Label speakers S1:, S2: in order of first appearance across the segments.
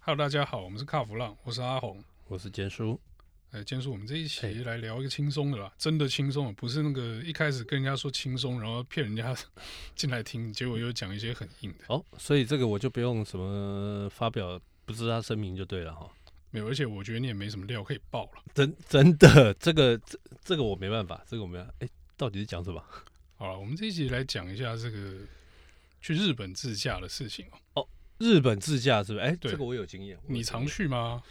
S1: Hello，大家好，我们是卡弗浪，我是阿红。
S2: 我是坚叔，
S1: 哎，今天是我们这一期
S2: 嘿
S1: 来聊一个轻松的啦，真的轻松，不是那个一开始跟人家说轻松，然后骗人家 进来听，结果又讲一些很硬的。
S2: 哦，所以这个我就不用什么发表不知他声明就对了哈。
S1: 没有，而且我觉得你也没什么料可以爆了。
S2: 真真的，这个这这个我没办法，这个我没办法。哎，到底是讲什么？
S1: 好了，我们这一集来讲一下这个去日本自驾的事情哦。
S2: 日本自驾是不是？哎，
S1: 对
S2: 这个我有经验。我有
S1: 你
S2: 经
S1: 常
S2: 验？
S1: 去吗？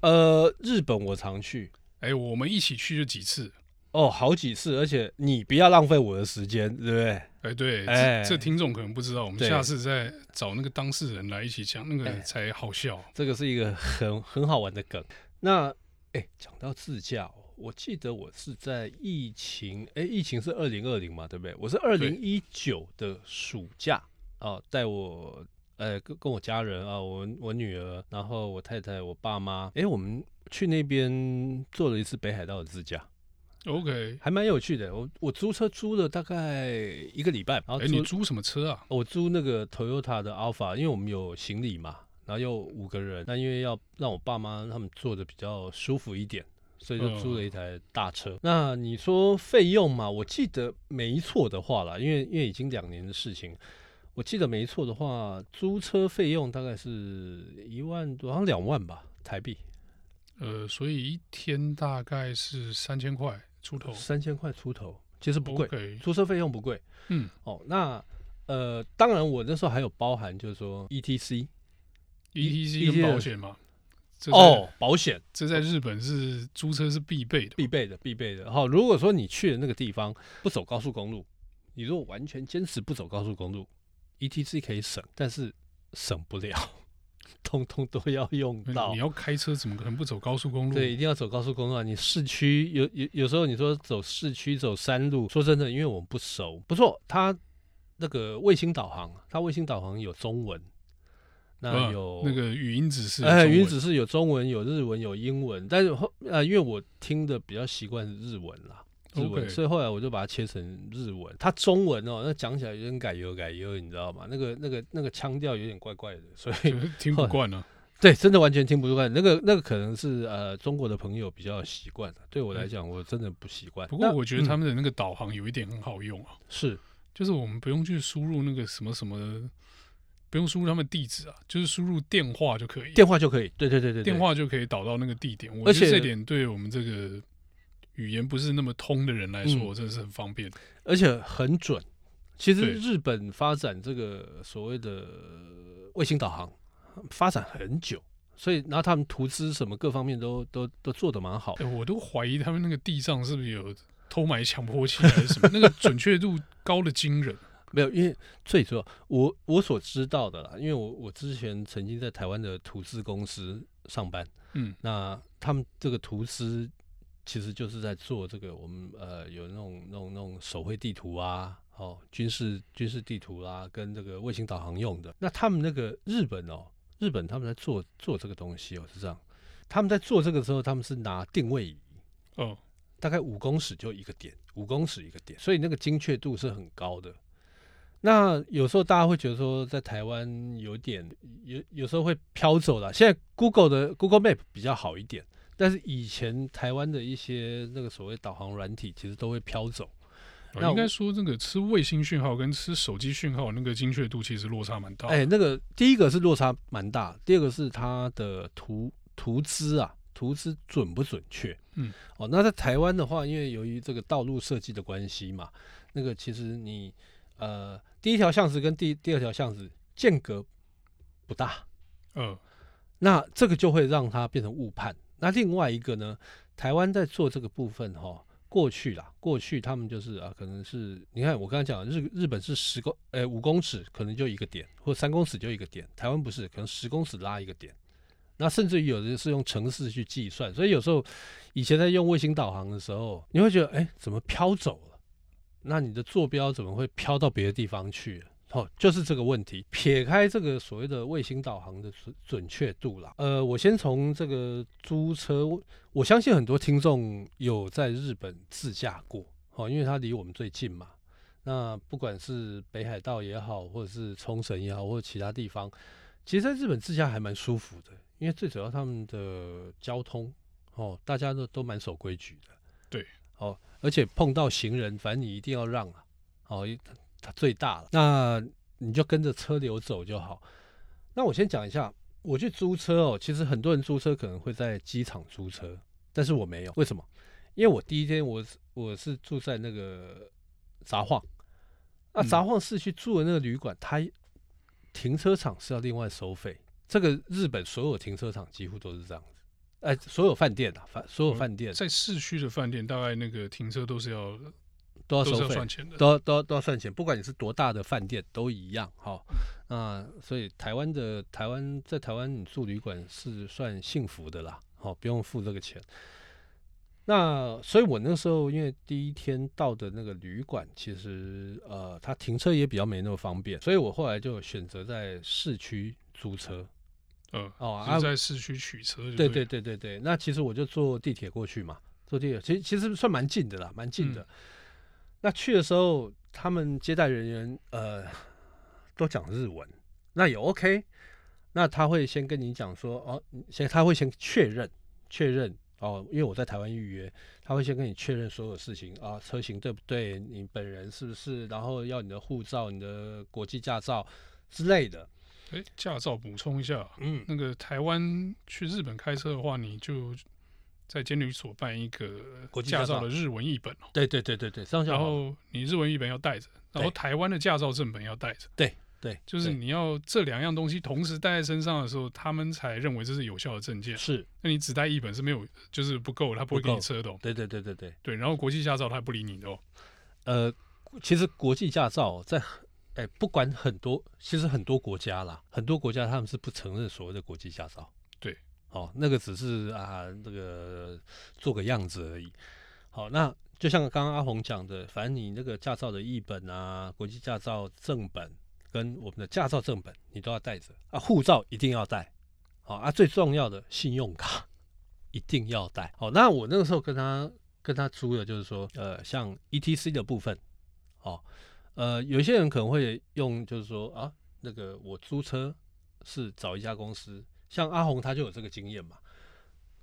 S2: 呃，日本我常去，
S1: 哎，我们一起去就几次。
S2: 哦，好几次，而且你不要浪费我的时间，对不对？
S1: 哎，对，
S2: 哎
S1: 这这听众可能不知道，我们
S2: 对
S1: 下次再找那个当事人来一起讲，那个
S2: 哎
S1: 才好笑。
S2: 这个是一个很很好玩的梗。那哎，讲到自驾哦，我记得我是在疫情，哎，疫情是二零二零嘛，对不对？我是二零一九的暑假哦，带我呃跟跟我家人啊，我我女儿，然后我太太，我爸妈，哎，我们去那边做了一次北海道的自驾，
S1: OK，
S2: 还蛮有趣的。我我租车租了大概一个礼拜，然后
S1: 哎，
S2: 租
S1: 你租什么车啊？
S2: 我租那个 Toyota 的 Alpha，因为我们有行李嘛，然后又五个人，那因为要让我爸妈他们坐的比较舒服一点，所以就租了一台大车。那你说费用嘛，我记得没错的话啦，因为因为已经两年的事情，我记得没错的话，租车费用大概是一万多，好像两万吧台币，
S1: 呃，所以一天大概是三千块出头，
S2: 三千块出头，其实不贵
S1: OK，
S2: 租车费用不贵。
S1: 嗯，
S2: 哦，那呃，当然我那时候还有包含就是说 E ETC。
S1: ，ETC ，E 跟
S2: ETC
S1: 保险嘛，这在
S2: ，E 哦，，保险
S1: 这在日本是租车是必备的。
S2: 必备的，必备的。好，如果说你去的那个地方不走高速公路，你如果完全坚持不走高速公路，ETC 可以省，但是省不了，通通都要用
S1: 那
S2: 到
S1: 你。要开车怎么可能不走高速公路？
S2: 对，一定要走高速公路啊！你市区有有有时候你说走市区走山路，说真的，因为我们不熟。不错，它那个卫星导航，它卫星导航有中文，那
S1: 嗯
S2: 有、
S1: 那个语音指示，
S2: 哎，
S1: 中
S2: 语音
S1: 文
S2: 指示有中文、有日文、有英文，但是后呃，因为我听的比较习惯是日文啦，日文
S1: OK
S2: 所以后来我就把它切成日文。它中文哦，那讲起来有点改油改油，你知道吗？那个那个那个腔调有点怪怪的，所以
S1: 就是听不惯啊。
S2: 对，真的完全听不惯。那个那个可能是呃中国的朋友比较习惯的，啊对我来
S1: 嗯
S2: 讲我真的不习惯。
S1: 不过
S2: 那
S1: 我觉得他
S2: 嗯
S1: 们的那个导航有一点很好用啊，
S2: 是
S1: 就是我们不用去输入那个什么什么，不用输入他们地址啊，就是输入电话就可以，
S2: 电话就可以，对对对对，对
S1: 电话就可以导到那个地点。我
S2: 而
S1: 觉得
S2: 且
S1: 这点对我们这个语言不是那么通的人来说，
S2: 嗯
S1: 真的是很方便。
S2: 而且很准。其实
S1: 对
S2: 日本发展这个所谓的卫星导航发展很久，所以然后他们图资什么各方面都都都做得蛮好
S1: 哎、。我都怀疑他们那个地上是不是有偷买强迫器还是什么，那个准确度高的惊人。
S2: 没有，因为最主要我我所知道的啦，因为我我之前曾经在台湾的图资公司上班，
S1: 嗯，
S2: 那他们这个图资其实就是在做这个我们呃有那种那种那种手绘地图啊，哦，军事军事地图啦、跟这个卫星导航用的。那他们那个日本哦，日本他们在做做这个东西哦是这样，他们在做这个时候，他们是拿定位仪，
S1: 哦，
S2: 大概五公尺就一个点，五公尺一个点，所以那个精确度是很高的。那有时候大家会觉得说，在台湾有点有有时候会飘走了。现在 Google 的 Google Map 比较好一点，但是以前台湾的一些那个所谓导航软体，其实都会飘走。那
S1: 哦应该
S2: 我
S1: 说那个吃卫星讯号跟吃手机讯号那个精确度其实落差蛮大。
S2: 哎、那个第一个是落差蛮大，第二个是它的图图资啊，图资准不准确？
S1: 嗯，
S2: 哦，那在台湾的话，因为由于这个道路设计的关系嘛，那个其实你呃第一条巷子跟第第二条巷子间隔不大，
S1: 呃，
S2: 那这个就会让它变成误判。那另外一个呢，台湾在做这个部分哈、过去啦，过去他们就是啊，可能是你看我刚才讲的日日本是十公呃五公尺可能就一个点，或三公尺就一个点，台湾不是，可能十公尺拉一个点。那甚至于有的是用城市去计算，所以有时候以前在用卫星导航的时候，你会觉得哎怎么飘走了？那你的坐标怎么会飘到别的地方去了？哦，就是这个问题。撇开这个所谓的卫星导航的准准确度啦，呃，我先从这个租车，我我相信很多听众有在日本自驾过，哦，因为它离我们最近嘛。那不管是北海道也好，或者是冲绳也好，或者其他地方，其实在日本自驾还蛮舒服的，因为最主要他们的交通哦，大家都都蛮守规矩的。
S1: 对，
S2: 哦，而且碰到行人，反正你一定要让啊，哦，因为他他最大了，那你就跟着车流走就好。那我先讲一下，我去租车哦，其实很多人租车可能会在机场租车，但是我没有，为什么？因为我第一天我是我是住在那个札幌，那
S1: 嗯
S2: 札幌市区住的那个旅馆，它停车场是要另外收费。这个日本所有停车场几乎都是这样子，哎，所有饭店啊，饭所有
S1: 嗯
S2: 饭店
S1: 在市区的饭店，大概那个停车都是要
S2: 都
S1: 都
S2: 要
S1: 是
S2: 收
S1: 要
S2: 费，
S1: 算钱的。
S2: 都要都要都要算钱，不管你是多大的饭店都一样哈。那、
S1: 嗯
S2: 所以台湾的台湾在台湾你住旅馆是算幸福的啦，好、不用付这个钱。那所以我那时候因为第一天到的那个旅馆，其实呃它停车也比较没那么方便，所以我后来就选择在市区租车。
S1: 嗯，
S2: 哦啊
S1: 就是在市区取车就
S2: 对
S1: 对
S2: 对
S1: 了，
S2: 对对对，那其实我就坐地铁过去嘛，坐地铁其实其实算蛮近的啦，蛮近
S1: 嗯
S2: 的。那去的时候，他们接待人员呃都讲日文，那也 OK。那他会先跟你讲说哦，先他会先确认确认哦，因为我在台湾预约，他会先跟你确认所有事情啊，车型对不对，你本人是不是，然后要你的护照、你的国际驾照之类的。
S1: 哎，驾照补充一下，
S2: 嗯，
S1: 那个台湾去日本开车的话，你就在监旅所办一个
S2: 国际驾
S1: 驾
S2: 照
S1: 照的日文译本哦，
S2: 对对对对对，这样就
S1: 然
S2: 好了。
S1: 后你日文译本要带着，然后台湾的驾照正本要带着。
S2: 对，
S1: 就是
S2: 对
S1: 你要这两样东西同时带在身上的时候，他们才认为这是有效的证件。
S2: 是，
S1: 那你只带一本是没有，就是不够，他不会
S2: 不
S1: 给
S2: 够
S1: 你车的、哦。
S2: 对对对对对。
S1: 对，然后国际驾照他还不理你的哦。
S2: 呃，其实国际驾照在很哎、不管很多，其实很多国家啦，很多国家他们是不承认所谓的国际驾照。
S1: 对，
S2: 哦，那个只是啊，那个做个样子而已。好，那就像刚刚阿红讲的，反正你那个驾照的译本啊，国际驾照正本跟我们的驾照正本，你都要带着啊，护照一定要带。好啊，最重要的信用卡一定要带。好，那我那个时候跟他跟他租的就是说，
S1: 嗯
S2: 呃，像 E T C 的部分，哦，呃，有一些人可能会用，就是说啊，那个我租车是找一家公司，像阿红他就有这个经验嘛，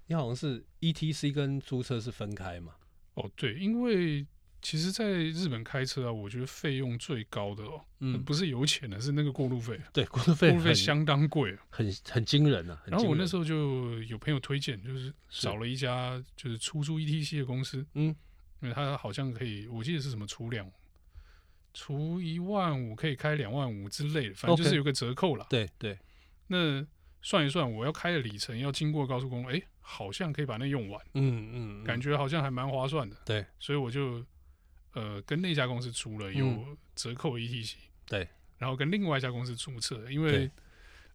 S2: 你好像是 E T C 跟租车是分开嘛，
S1: 哦，对，因为其实在日本开车啊，我觉得费用最高的哦，
S2: 嗯，
S1: 不是油钱啊的，是那个过路费，
S2: 对，过路
S1: 过
S2: 费
S1: 路费
S2: 很
S1: 相当贵哦。
S2: 很很惊人啊，很
S1: 然后
S2: 惊
S1: 我那
S2: 人
S1: 时候就有朋友推荐，就是
S2: 是
S1: 找了一家就是出租 ETC 的公司，
S2: 嗯，
S1: 因为它好像可以，我记得是什么除两，除一万五可以开两万五之类的，反正就
S2: OK
S1: 是有个折扣啦。
S2: 对对
S1: 那算一算，我要开的里程要经过高速公路，哎，好像可以把那用完，
S2: 嗯嗯，
S1: 感
S2: 觉
S1: 觉好像还蛮划算的。
S2: 对，
S1: 所以我就呃跟那家公司租了有折扣 ETC，、
S2: 嗯对，
S1: 然后跟另外一家公司租车，因为
S2: 对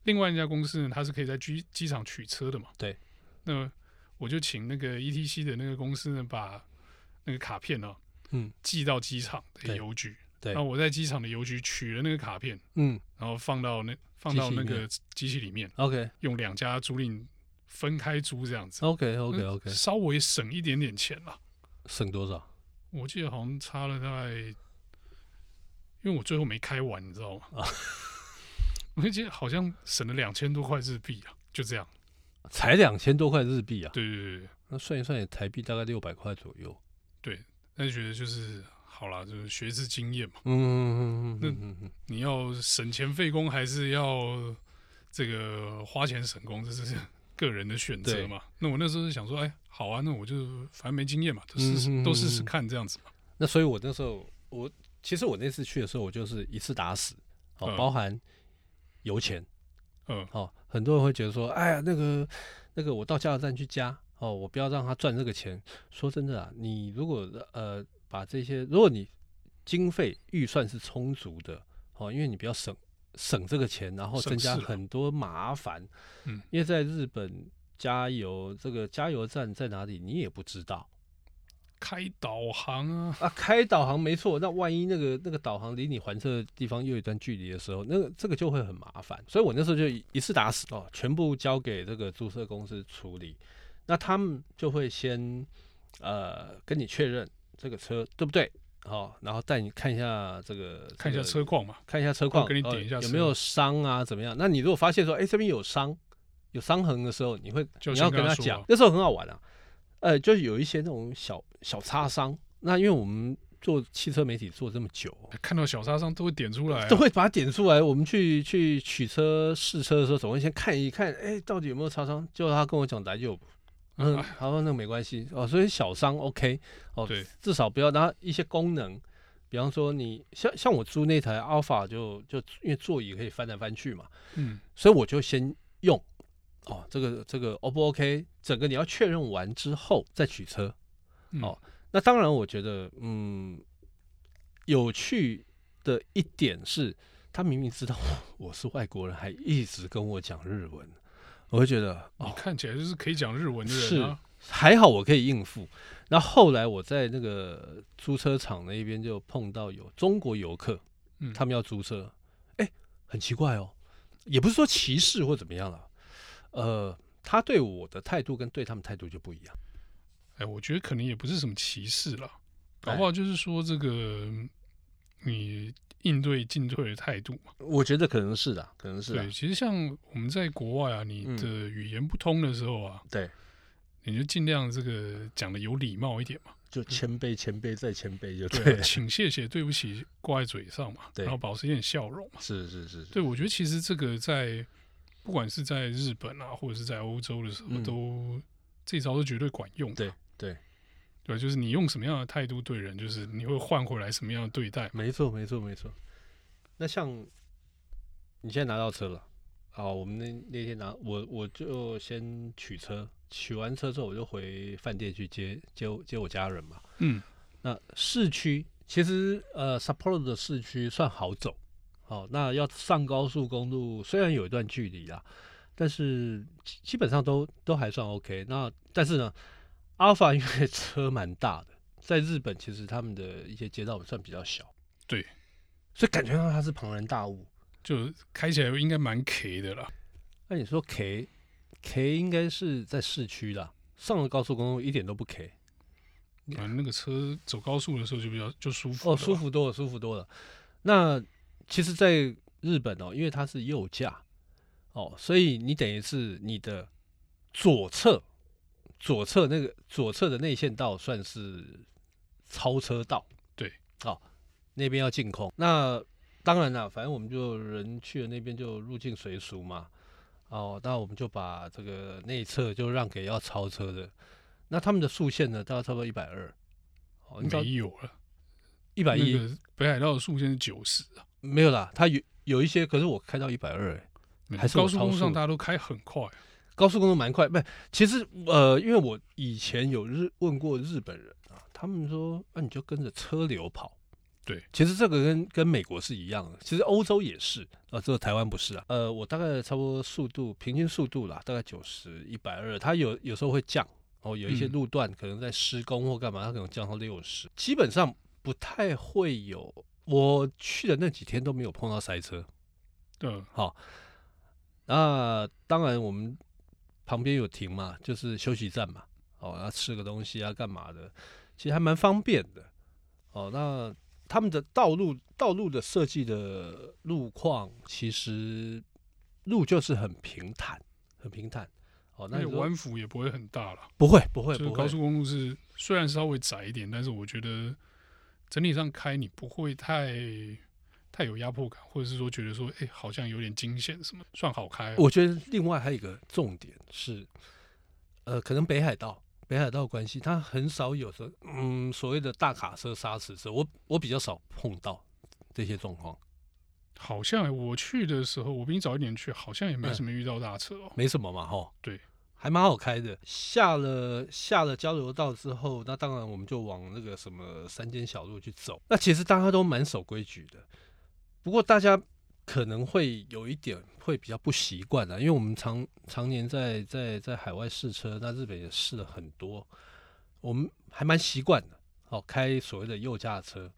S1: 另外一家公司呢，它是可以在机机场取车的嘛，
S2: 对，
S1: 那我就请那个 ETC 的那个公司呢，把那个卡片呢、
S2: 嗯
S1: 寄到机场的
S2: 对
S1: 邮局，
S2: 对
S1: 然后我在机场的邮局取了那个卡片，
S2: 嗯
S1: 然后放到那放
S2: 机
S1: 到
S2: 器里
S1: 那
S2: 面
S1: 个机器里面，
S2: OK
S1: 用两家租赁分开租这样子嗯
S2: OK OK OK，
S1: 稍微省一点点钱啦。
S2: 省多少？
S1: 我记得好像差了大概，因为我最后没开完，你知道吗？
S2: 啊
S1: 我就记得好像省了两千多块日币啊，就这样。
S2: 才两千多块日币啊，
S1: 对对对对，
S2: 那算一算也台币大概六百块左右。
S1: 但是觉得就是好啦，就是学之经验嘛。
S2: 嗯嗯嗯嗯嗯嗯，
S1: 你要省钱费工，还是要这个花钱省工，这是 个人的选择嘛。那我那时候就想说，哎，好啊，那我就反正没经验嘛，都试试、
S2: 嗯嗯嗯嗯
S1: 都试试看这样子嘛。
S2: 那所以我那时候我其实我那次去的时候，我就是一次打死，哦，
S1: 嗯
S2: 包含油钱，
S1: 嗯，
S2: 哦，很多人会觉得说，哎呀，那个那个我到加油站去加，哦，我不要让他赚这个钱。说真的啊，你如果呃把这些，如果你经费预算是充足的，哦，因为你不要省省这个钱，然后
S1: 省
S2: 增加
S1: 事了
S2: 很多麻烦，
S1: 嗯，
S2: 因为在日本加油这个加油站在哪里你也不知道。
S1: 开导航啊，
S2: 啊，开导航没错，那万一那个那个导航离你还车的地方又有一段距离的时候，那个这个就会很麻烦。所以我那时候就一一次打死哦，全部交给这个租车公司处理。那他们就会先呃跟你确认这个车对不对，好、然后带你看一下这个
S1: 看一下，
S2: 这个
S1: 车况嘛。
S2: 看一下车况，
S1: 给你
S2: 呃
S1: 点一下
S2: 有
S1: 车
S2: 没有伤啊，怎么样？那你如果发现说，哎，这边有伤，有伤痕的时候，你会
S1: 就
S2: 你
S1: 先
S2: 要
S1: 跟
S2: 跟
S1: 他
S2: 他
S1: 说
S2: 讲
S1: 啊，
S2: 那时候很好玩啊，呃，就是有一些那种小小擦伤，那因为我们做汽车媒体做这么久，
S1: 看到小杀伤都会点出来、啊
S2: 都，会把它点出来。我们去去取车试车的时候，总会先看一看，哎，到底有没有擦伤？结果他跟我讲来就有，嗯， 他说那个没关系哦，所以小伤 OK 哦
S1: 对，
S2: 至少不要拿一些功能，比方说你像像我租那台 Alpha 就就因为座椅可以翻来翻去嘛，
S1: 嗯，
S2: 所以我就先用哦，这个这个 O 不 OK？整个你要确认完之后再取车，
S1: 嗯
S2: 哦，那当然，我觉得，嗯，有趣的一点是，他明明知道 我我是外国人，还一直跟我讲日文，我会觉得
S1: 你
S2: 哦，
S1: 看起来就是可以讲日文的人啊，
S2: 还好我可以应付。那后来我在那个租车场那边就碰到有中国游客，
S1: 嗯
S2: 他们要租车，哎、很奇怪哦，也不是说歧视或怎么样了，呃，他对我的态度跟对他们态度就不一样，
S1: 哎，我觉得可能也不是什么歧视啦，
S2: 哎
S1: 搞不好就是说这个嗯你应对进退的态度嘛。
S2: 我觉得可能是的、可能是的、啊
S1: 对，其实像我们在国外啊，你
S2: 嗯
S1: 的语言不通的时候啊，
S2: 对。
S1: 你就尽量这个讲的有礼貌一点嘛，
S2: 就谦卑、谦卑再谦卑，就
S1: 对、啊，请谢谢对不起挂在嘴上嘛，
S2: 对
S1: 然后保持一点笑容嘛。
S2: 是是是，
S1: 对，我觉得其实这个在不管是在日本啊，或者是在欧洲的时候，
S2: 嗯
S1: 都这招是绝对管用的。啊
S2: 对对
S1: 对，就是你用什么样的态度对人，就是你会换回来什么样的对待。
S2: 没错没错没错。那像你现在拿到车了，啊，我们那那天拿我我就先取车，取完车之后我就回饭店去接接我接我家人嘛。
S1: 嗯，
S2: 那市区其实呃，Sapporo 的市区算好走，哦，那要上高速公路虽然有一段距离啦，但是基基本上都都还算 OK 那。但是呢，Alpha 因为车蛮大的，在日本其实他们的一些街道算比较小，
S1: 对，
S2: 所以感觉到它是庞然大物。
S1: 就开起来应该蛮 K 的啦。
S2: 那你说 K K 应该是在市区啦，上了高速公路一点都不 K。
S1: 啊，那个车走高速的时候就比较就舒服
S2: 哦，
S1: 了
S2: 舒。服多了，舒服多了。那其实，在日本哦，因为它是右驾哦，所以你等于是你的左侧，左侧那个左侧的内线道算是超车道，
S1: 对，
S2: 哦，那边要净空。那当然啦，反正我们就人去了那边就入境随俗嘛，哦，那我们就把这个内侧就让给要超车的。那他们的速限呢，大概差不多一百二，哦，你知道
S1: 没有了，
S2: 一百
S1: 那
S2: 一
S1: 个北海道的速限是九十啊，
S2: 没有啦，它有有一些，可是我开到一百二，哎，还是我
S1: 高速公路
S2: 超速
S1: 上
S2: 了
S1: 大家都开很快。啊
S2: 高速公路蛮快，不是，其实呃，因为我以前有日问过日本人啊，他们说，那、你就跟着车流跑。
S1: 对，
S2: 其实这个跟跟美国是一样的，其实欧洲也是，啊，这个台湾不是啊。呃，我大概差不多速度平均速度啦，大概九十一百二，它有有时候会降哦，有一些
S1: 嗯
S2: 路段可能在施工或干嘛，它可能降到六十，基本上不太会有。我去的那几天都没有碰到塞车，
S1: 对，啊
S2: 那当然，我们旁边有停嘛，就是休息站嘛，哦，要吃个东西啊，干嘛的，其实还蛮方便的。哦，那他们的道路道路的设计的路况，其实路就是很平坦，很平坦。哦，那
S1: 那
S2: 你
S1: 个
S2: 说
S1: 弯幅也不会很大了。
S2: 不会不会
S1: 哎就是
S2: 不
S1: 高
S2: 会，
S1: 速公路是虽然稍微窄一点，但是我觉得整体上开你不会太太有压迫感，或者是说觉得说，哎、好像有点惊险什么，算好开啊、
S2: 我觉得另外还有一个重点是，呃，可能北海道北海道的关系，它很少有的嗯所谓的大卡车、砂石车，我我比较少碰到这些状况，
S1: 好像、我去的时候，我比你早一点去，好像也没
S2: 嗯
S1: 什么遇到大车哦、
S2: 没什么嘛哈。
S1: 对，
S2: 还蛮好开的。下了下了交流道之后，那当然我们就往那个什么山间小路去走。那其实大家都蛮守规矩的，不过大家可能会有一点会比较不习惯啊，因为我们常常年在在在海外试车，那日本也试了很多，我们还蛮习惯的。哦，开所谓的右驾车，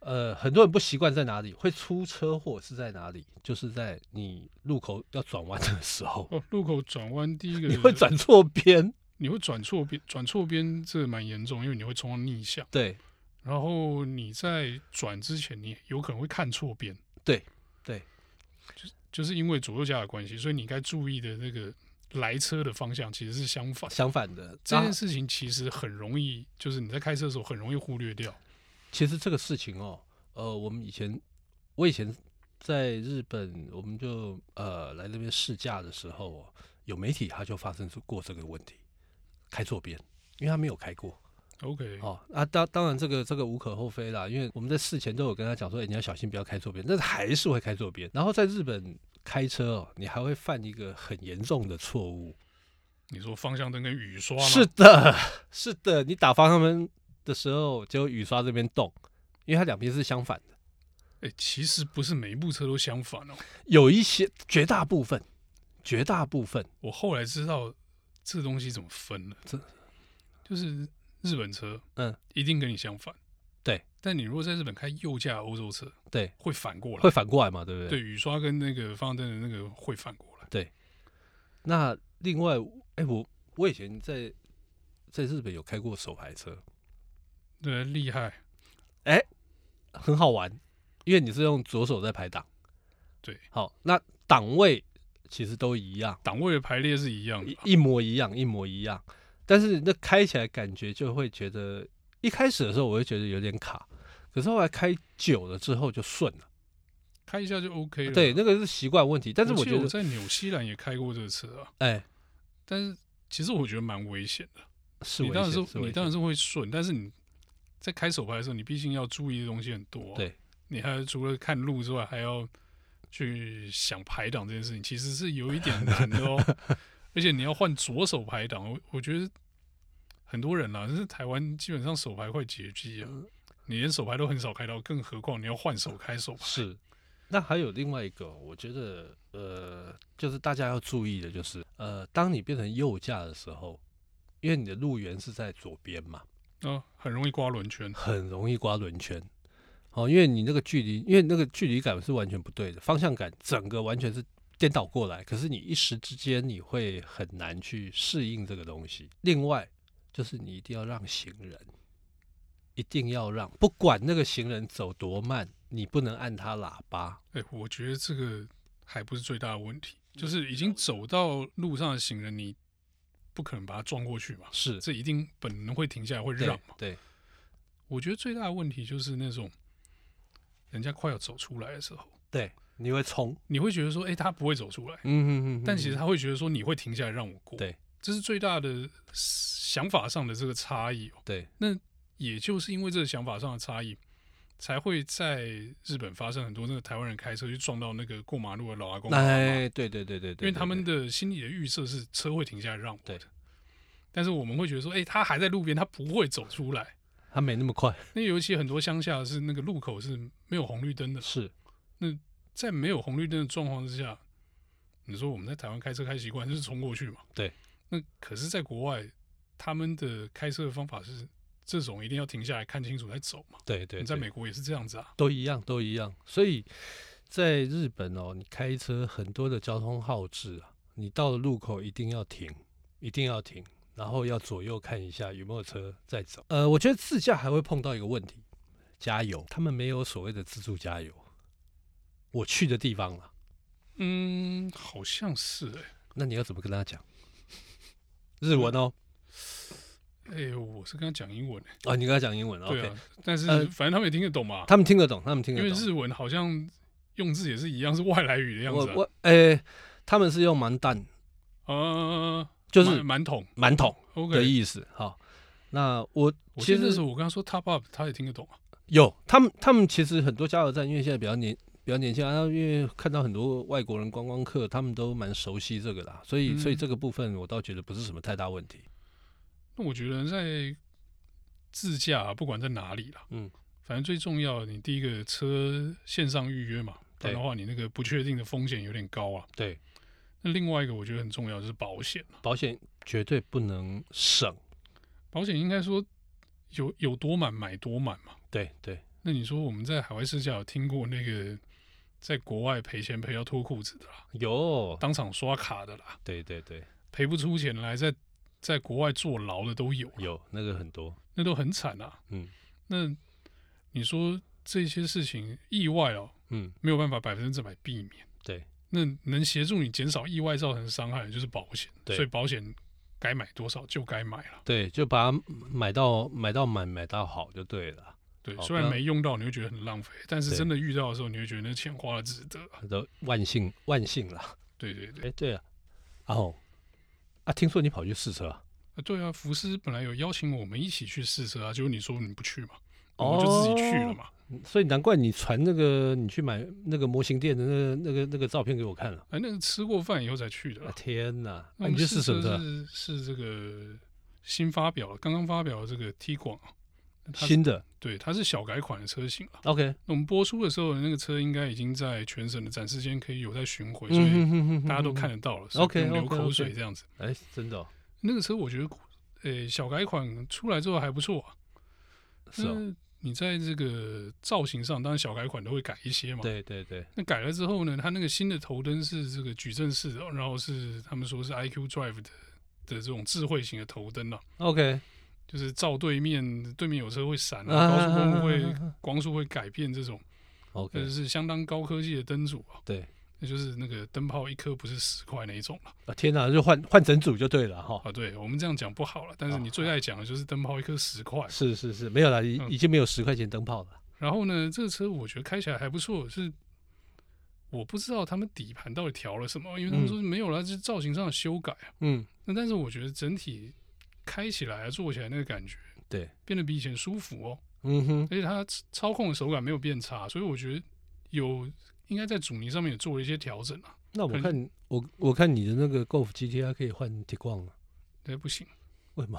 S2: 呃，很多人不习惯在哪里会出车祸是在哪里，就是在你路口要转弯的时候，
S1: 哦，路口转弯第一个
S2: 你会，转错边。
S1: 你会转错边，转错边这蛮严重，因为你会冲到逆向，
S2: 对
S1: 然后你在转之前，你有可能会看错边。
S2: 对对，
S1: 就是就是因为左右架的关系，所以你该注意的那个来车的方向其实是相反。
S2: 相反的，啊
S1: 这
S2: 那
S1: 件事情其实很容易，就是你在开车的时候很容易忽略掉。
S2: 其实这个事情哦，呃，我们以前我以前在日本，我们就呃来那边试驾的时候、哦，有媒体他就发生出过这个问题，开错边，因为他没有开过
S1: OK，
S2: 哦。那、当当然这个这个无可厚非啦，因为我们在事前都有跟他讲说，哎、你要小心不要开错边，但是还是会开错边。然后在日本开车哦，你还会犯一个很严重的错误，
S1: 你说方向灯跟雨刷吗？
S2: 是的， 是的，你打方向灯的时候，只有雨刷这边动，因为它两边是相反的。
S1: 哎、其实不是每一部车都相反哦。
S2: 有一些绝大部分，绝大部分
S1: 我后来知道这东西怎么分了，
S2: 这
S1: 就是日本车，
S2: 嗯，
S1: 一定跟你相反。
S2: 对，
S1: 但你如果在日本开右驾欧洲车，
S2: 对，
S1: 会反过来
S2: 会，反过来嘛，对不对？
S1: 对，雨刷跟那个方向灯的那个会反过来。
S2: 那另外，哎、我我以前在在日本有开过手排车，
S1: 对，厉害。
S2: 很好玩，因为你是用左手在排档。
S1: 对，
S2: 好，那档位其实都一样，
S1: 档位的排列是一样的啊吧，
S2: 一一模一样，一模一样。但是那开起来感觉就会觉得，一开始的时候我会觉得有点卡，可是后来开久了之后就顺了。
S1: 开一下就 OK 了。啊
S2: 对，，那个是习惯问题，但是
S1: 我
S2: 我
S1: 记
S2: 觉
S1: 我
S2: 得，
S1: 在纽西兰也开过这个车啊，
S2: 哎、
S1: 但是其实我觉得蛮危险的。
S2: 是
S1: 你
S2: 危
S1: 当然
S2: 险
S1: 是
S2: 是
S1: 你
S2: 危
S1: 当然
S2: 险
S1: 是会顺，但是你在开手牌的时候，你毕竟要注意的东西很多、
S2: 对，
S1: 你还除了看路之外，还要去想排档这件事情，其实是有一点难的 哦。而且你要换左手排档，我我觉得很多人啦，就是台湾基本上手排快绝迹啊，
S2: 嗯
S1: 你连手排都很少开到，更何况你要换手开手排。
S2: 是，那还有另外一个，我觉得呃，就是大家要注意的，就是呃，当你变成右驾的时候，因为你的路缘是在左边嘛，
S1: 啊，很容易刮轮圈。
S2: 很容易刮轮圈。哦，因为你那个距离，因为那个距离感是完全不对的，方向感整个完全是颠倒过来。可是你一时之间你会很难去适应这个东西。另外就是你一定要让行人，一定要让，不管那个行人走多慢，你不能按他喇叭。
S1: 哎、我觉得这个还不是最大的问题，就是
S2: 嗯
S1: 已经走到路上的行人，你不可能把他撞过去嘛，
S2: 是，
S1: 这一定本能会停下来会让嘛。
S2: 对，
S1: 我觉得最大的问题就是那种人家快要走出来的时候，
S2: 对，你会冲，
S1: 你会觉得说，哎、他不会走出来，
S2: 嗯嗯嗯，
S1: 但其实他会觉得说，你会停下来让我过。
S2: 对，
S1: 这是最大的想法上的这个差异哦。
S2: 对，
S1: 也就是因为这个想法上的差异，才会在日本发生很多那个台湾人开车去撞到那个过马路的老阿公老阿嬷
S2: 哎，对对对对对，
S1: 因为他们的心理的预设是车会停下来让我的
S2: 对，
S1: 但是我们会觉得说，哎、他还在路边，他不会走出来。
S2: 他没那么 快，
S1: 那尤其很多乡下是那个路口是没有红绿灯的，
S2: 是
S1: 在没有红绿灯的状况之下，你说我们在台湾开车开习惯就是冲过去嘛？
S2: 对。
S1: 那可是，在国外，他们的开车的方法是这种，一定要停下来看清楚再走嘛。
S2: 对对，
S1: 你在美国也是这样子啊。
S2: 都一样，都一样。所以在日本哦，你开车很多的交通号志啊，你到了路口一定要停，一定要停，然后要左右看一下有没有车在走。呃，我觉得自驾还会碰到一个问题，加油，他们没有所谓的自助加油。我去的地方了，
S1: 嗯，好像是哎、
S2: 那你要怎么跟他 讲？日文哦，
S1: 哎、我是跟他讲英文、欸，
S2: 啊，你跟他讲英文
S1: 对
S2: ，OK，
S1: 啊，但是
S2: 呃
S1: 反正他们也听得懂嘛。
S2: 他们听得懂，他们听
S1: 因
S2: 得
S1: 为
S2: 懂。
S1: 日文好像用字也是一样，是外来语的样
S2: 我
S1: 子、啊。
S2: 我诶，他们是用蛮蛋，
S1: 呃，
S2: 就是
S1: 蛮蛮桶
S2: 蛮桶的
S1: OK，
S2: 意思。好，那我
S1: 我
S2: 其
S1: 记得那
S2: 实
S1: 时候我跟他说 top up，他也听得懂啊。
S2: 有，他们他们其实很多加油站，因为现在比较年比较年轻啊，因为看到很多外国人观光客，他们都蛮熟悉这个啦，所以、所
S1: 嗯
S2: 以这个部分我倒觉得不是什么太大问题。
S1: 那我觉得在自驾、啊、不管在哪里啦，
S2: 嗯，
S1: 反正最重要的，你第一个车线上预约嘛，不
S2: 对
S1: 然的话你那个不确定的风险有点高啊。
S2: 对，
S1: 那另外一个我觉得很重要就是保险啊
S2: 保险绝对不能省。
S1: 保险应该说有有多满买多满嘛。
S2: 对对，
S1: 那你说我们在海外试驾有听过那个在国外赔钱赔到脱裤子的啦，
S2: 有，
S1: 当场刷卡的啦。
S2: 对对对，
S1: 赔不出钱来，在在国外坐牢的都有，
S2: 有那个很多。
S1: 那都很惨啊。
S2: 嗯
S1: 那你说这些事情意外哦，
S2: 嗯，
S1: 没有办法百分之百避免。
S2: 对，
S1: 那能协助你减少意外造成伤害的就是保险，
S2: 对
S1: 所以保险该买多少就该买了。
S2: 对，就把它买到买到满买到好就对了，
S1: 对，
S2: 好
S1: 虽然
S2: 那
S1: 没用到，你会觉得很浪费，但是
S2: 对
S1: 真的遇到的时候，你会觉得那钱花的值得。
S2: 都万幸万幸啦。
S1: 对对对，
S2: 哎，对了，阿红啊，听说你跑去试车啊？
S1: 啊对啊，福斯本来有邀请我们一起去试车啊，结果你说你不去嘛，我们就自己去了
S2: 哦
S1: 嘛。
S2: 所以难怪你传那个你去买那个模型店的那个那个那个照片给我看了。
S1: 哎，那个吃过饭以后才去的
S2: 啊
S1: 啊。
S2: 天哪！啊
S1: 那我
S2: 你
S1: 们
S2: 去
S1: 试
S2: 试什么车
S1: 车
S2: 啊？
S1: 是是这个新发表的，刚刚发表的这个 T 广啊，它是
S2: 新的
S1: 对它是小改款的车型啊。
S2: ，OK，
S1: 那我们播出的时候，那个车应该已经在全省的展示间可以有在巡回，所以
S2: 嗯哼哼哼哼
S1: 大家都看
S2: 哼
S1: 得到了，所以不
S2: OK，
S1: 用流
S2: OK，OK
S1: 口水这样子。
S2: 哼。哎，真的哦，
S1: 那个车我觉得，呃，小改款出来之后还不错啊。
S2: 是哦，
S1: 那你在这个造型上，当然小改款都会改一些嘛。
S2: 对对对，
S1: 那改了之后呢，它那个新的头灯是这个矩阵式的，然后是他们说是 IQ Drive 的的这种智慧型的头灯啊，
S2: OK，
S1: 就是照对面，对面有车会闪啊，高速公路会
S2: 啊
S1: 光束会改变这种，那
S2: ，OK，
S1: 是相当高科技的灯组啊。
S2: 对，
S1: 那就是那个灯泡一颗不是十块那一种了
S2: 啊天哪，就换换整组就对了哈。
S1: 啊。对我们这样讲不好了，但
S2: 哦
S1: 是你最爱讲的就是灯泡一颗十块。
S2: 是是是，没有啦，已
S1: 嗯
S2: 已经没有十块钱灯泡了。
S1: 然后呢，这个车我觉得开起来还不错，是我不知道他们底盘到底调了什么，因为他们
S2: 嗯
S1: 说没有了，就是造型上的修改啊。
S2: 嗯，
S1: 那但是我觉得整体开起来、啊、坐起来那个感觉
S2: 对，
S1: 变得比以前舒服哦，
S2: 嗯哼，
S1: 而且它操操控的手感没有变差，所以我觉得有应该在阻尼上面也做了一些调整啊。
S2: 那我
S1: 可
S2: 看我我看你的那个 Golf GTI 可以换 Tiguan 了，
S1: 那不行，
S2: 为什么？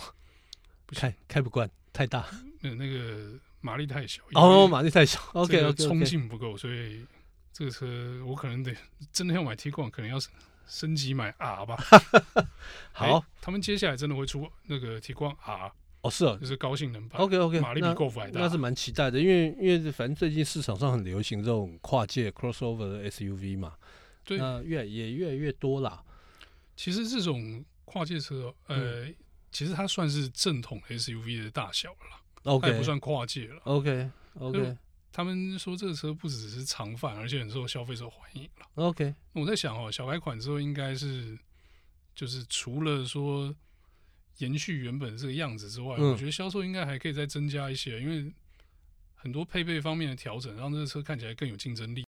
S1: 不行
S2: 开开不惯，太大。
S1: 那那个马力太小，
S2: 哦，马力太小。OK
S1: 这个
S2: OK
S1: 冲
S2: OK。
S1: 劲不够，所以这个车我可能得真的要买 T 冠，可能要升升级买 R 吧。
S2: 好
S1: 哎，他们接下来真的会出那个 T 冠 R，
S2: 哦是哦。
S1: 就是高性能版
S2: OK OK，
S1: 马力比
S2: 那
S1: Golf 还大。
S2: 那是蛮期待的，因为因为反正最近市场上很流行这种跨界 crossover 的 SUV 嘛，
S1: 对
S2: 那越来也越来越多啦。
S1: 其实这种跨界车，呃，
S2: 嗯
S1: 其实它算是正统 SUV 的大小了啦，它
S2: OK
S1: 也不算跨界了。
S2: OK OK
S1: 他们说这个车不只是常贩，而且很受消费者欢迎了。
S2: OK，
S1: 那我在想哦，小改款之后应该是就是除了说延续原本这个样子之外，
S2: 嗯
S1: 我觉得销售应该还可以再增加一些，因为很多配备方面的调整，让这个车看起来更有竞争力。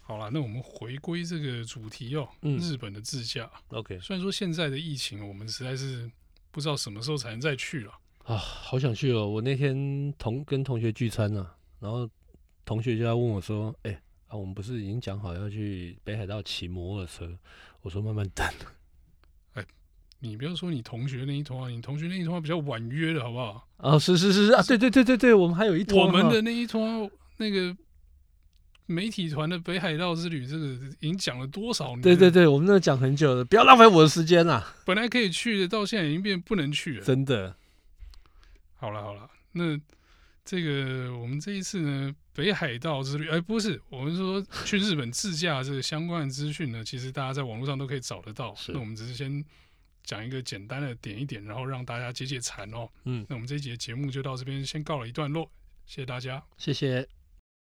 S1: 好啦，那我们回归这个主题哦，
S2: 嗯
S1: 日本的自驾。
S2: OK
S1: 虽然说现在的疫情，我们实在是不知道什么时候才能再去了。
S2: 啊，好想去哦！我那天同跟同学聚餐呢、啊然后同学就在问我说：“哎、啊，我们不是已经讲好要去北海道骑摩托车？”我说：“慢慢等。
S1: 你不要说你同学那一通啊，你同学那一通啊比较婉约的好不好？”
S2: 哦，是是是是啊，对对对对对，我们还有一啊坨
S1: 我们的那一通那个媒体团的北海道之旅，这个已经讲了多少年？
S2: 对对，对，我们那讲很久了，不要浪费我的时间啦，
S1: 本来可以去的，到现在已经变不能去了。
S2: 真的。
S1: 好了好了，那这个我们这一次呢，北海道之旅，哎，不是，我们说去日本自驾这个相关的资讯呢，其实大家在网络上都可以找得到。
S2: 是
S1: 那我们只是先讲一个简单的点一点，然后让大家解解馋哦。
S2: 嗯，
S1: 那我们这一节节目就到这边先告了一段落，谢谢大家。
S2: 谢谢。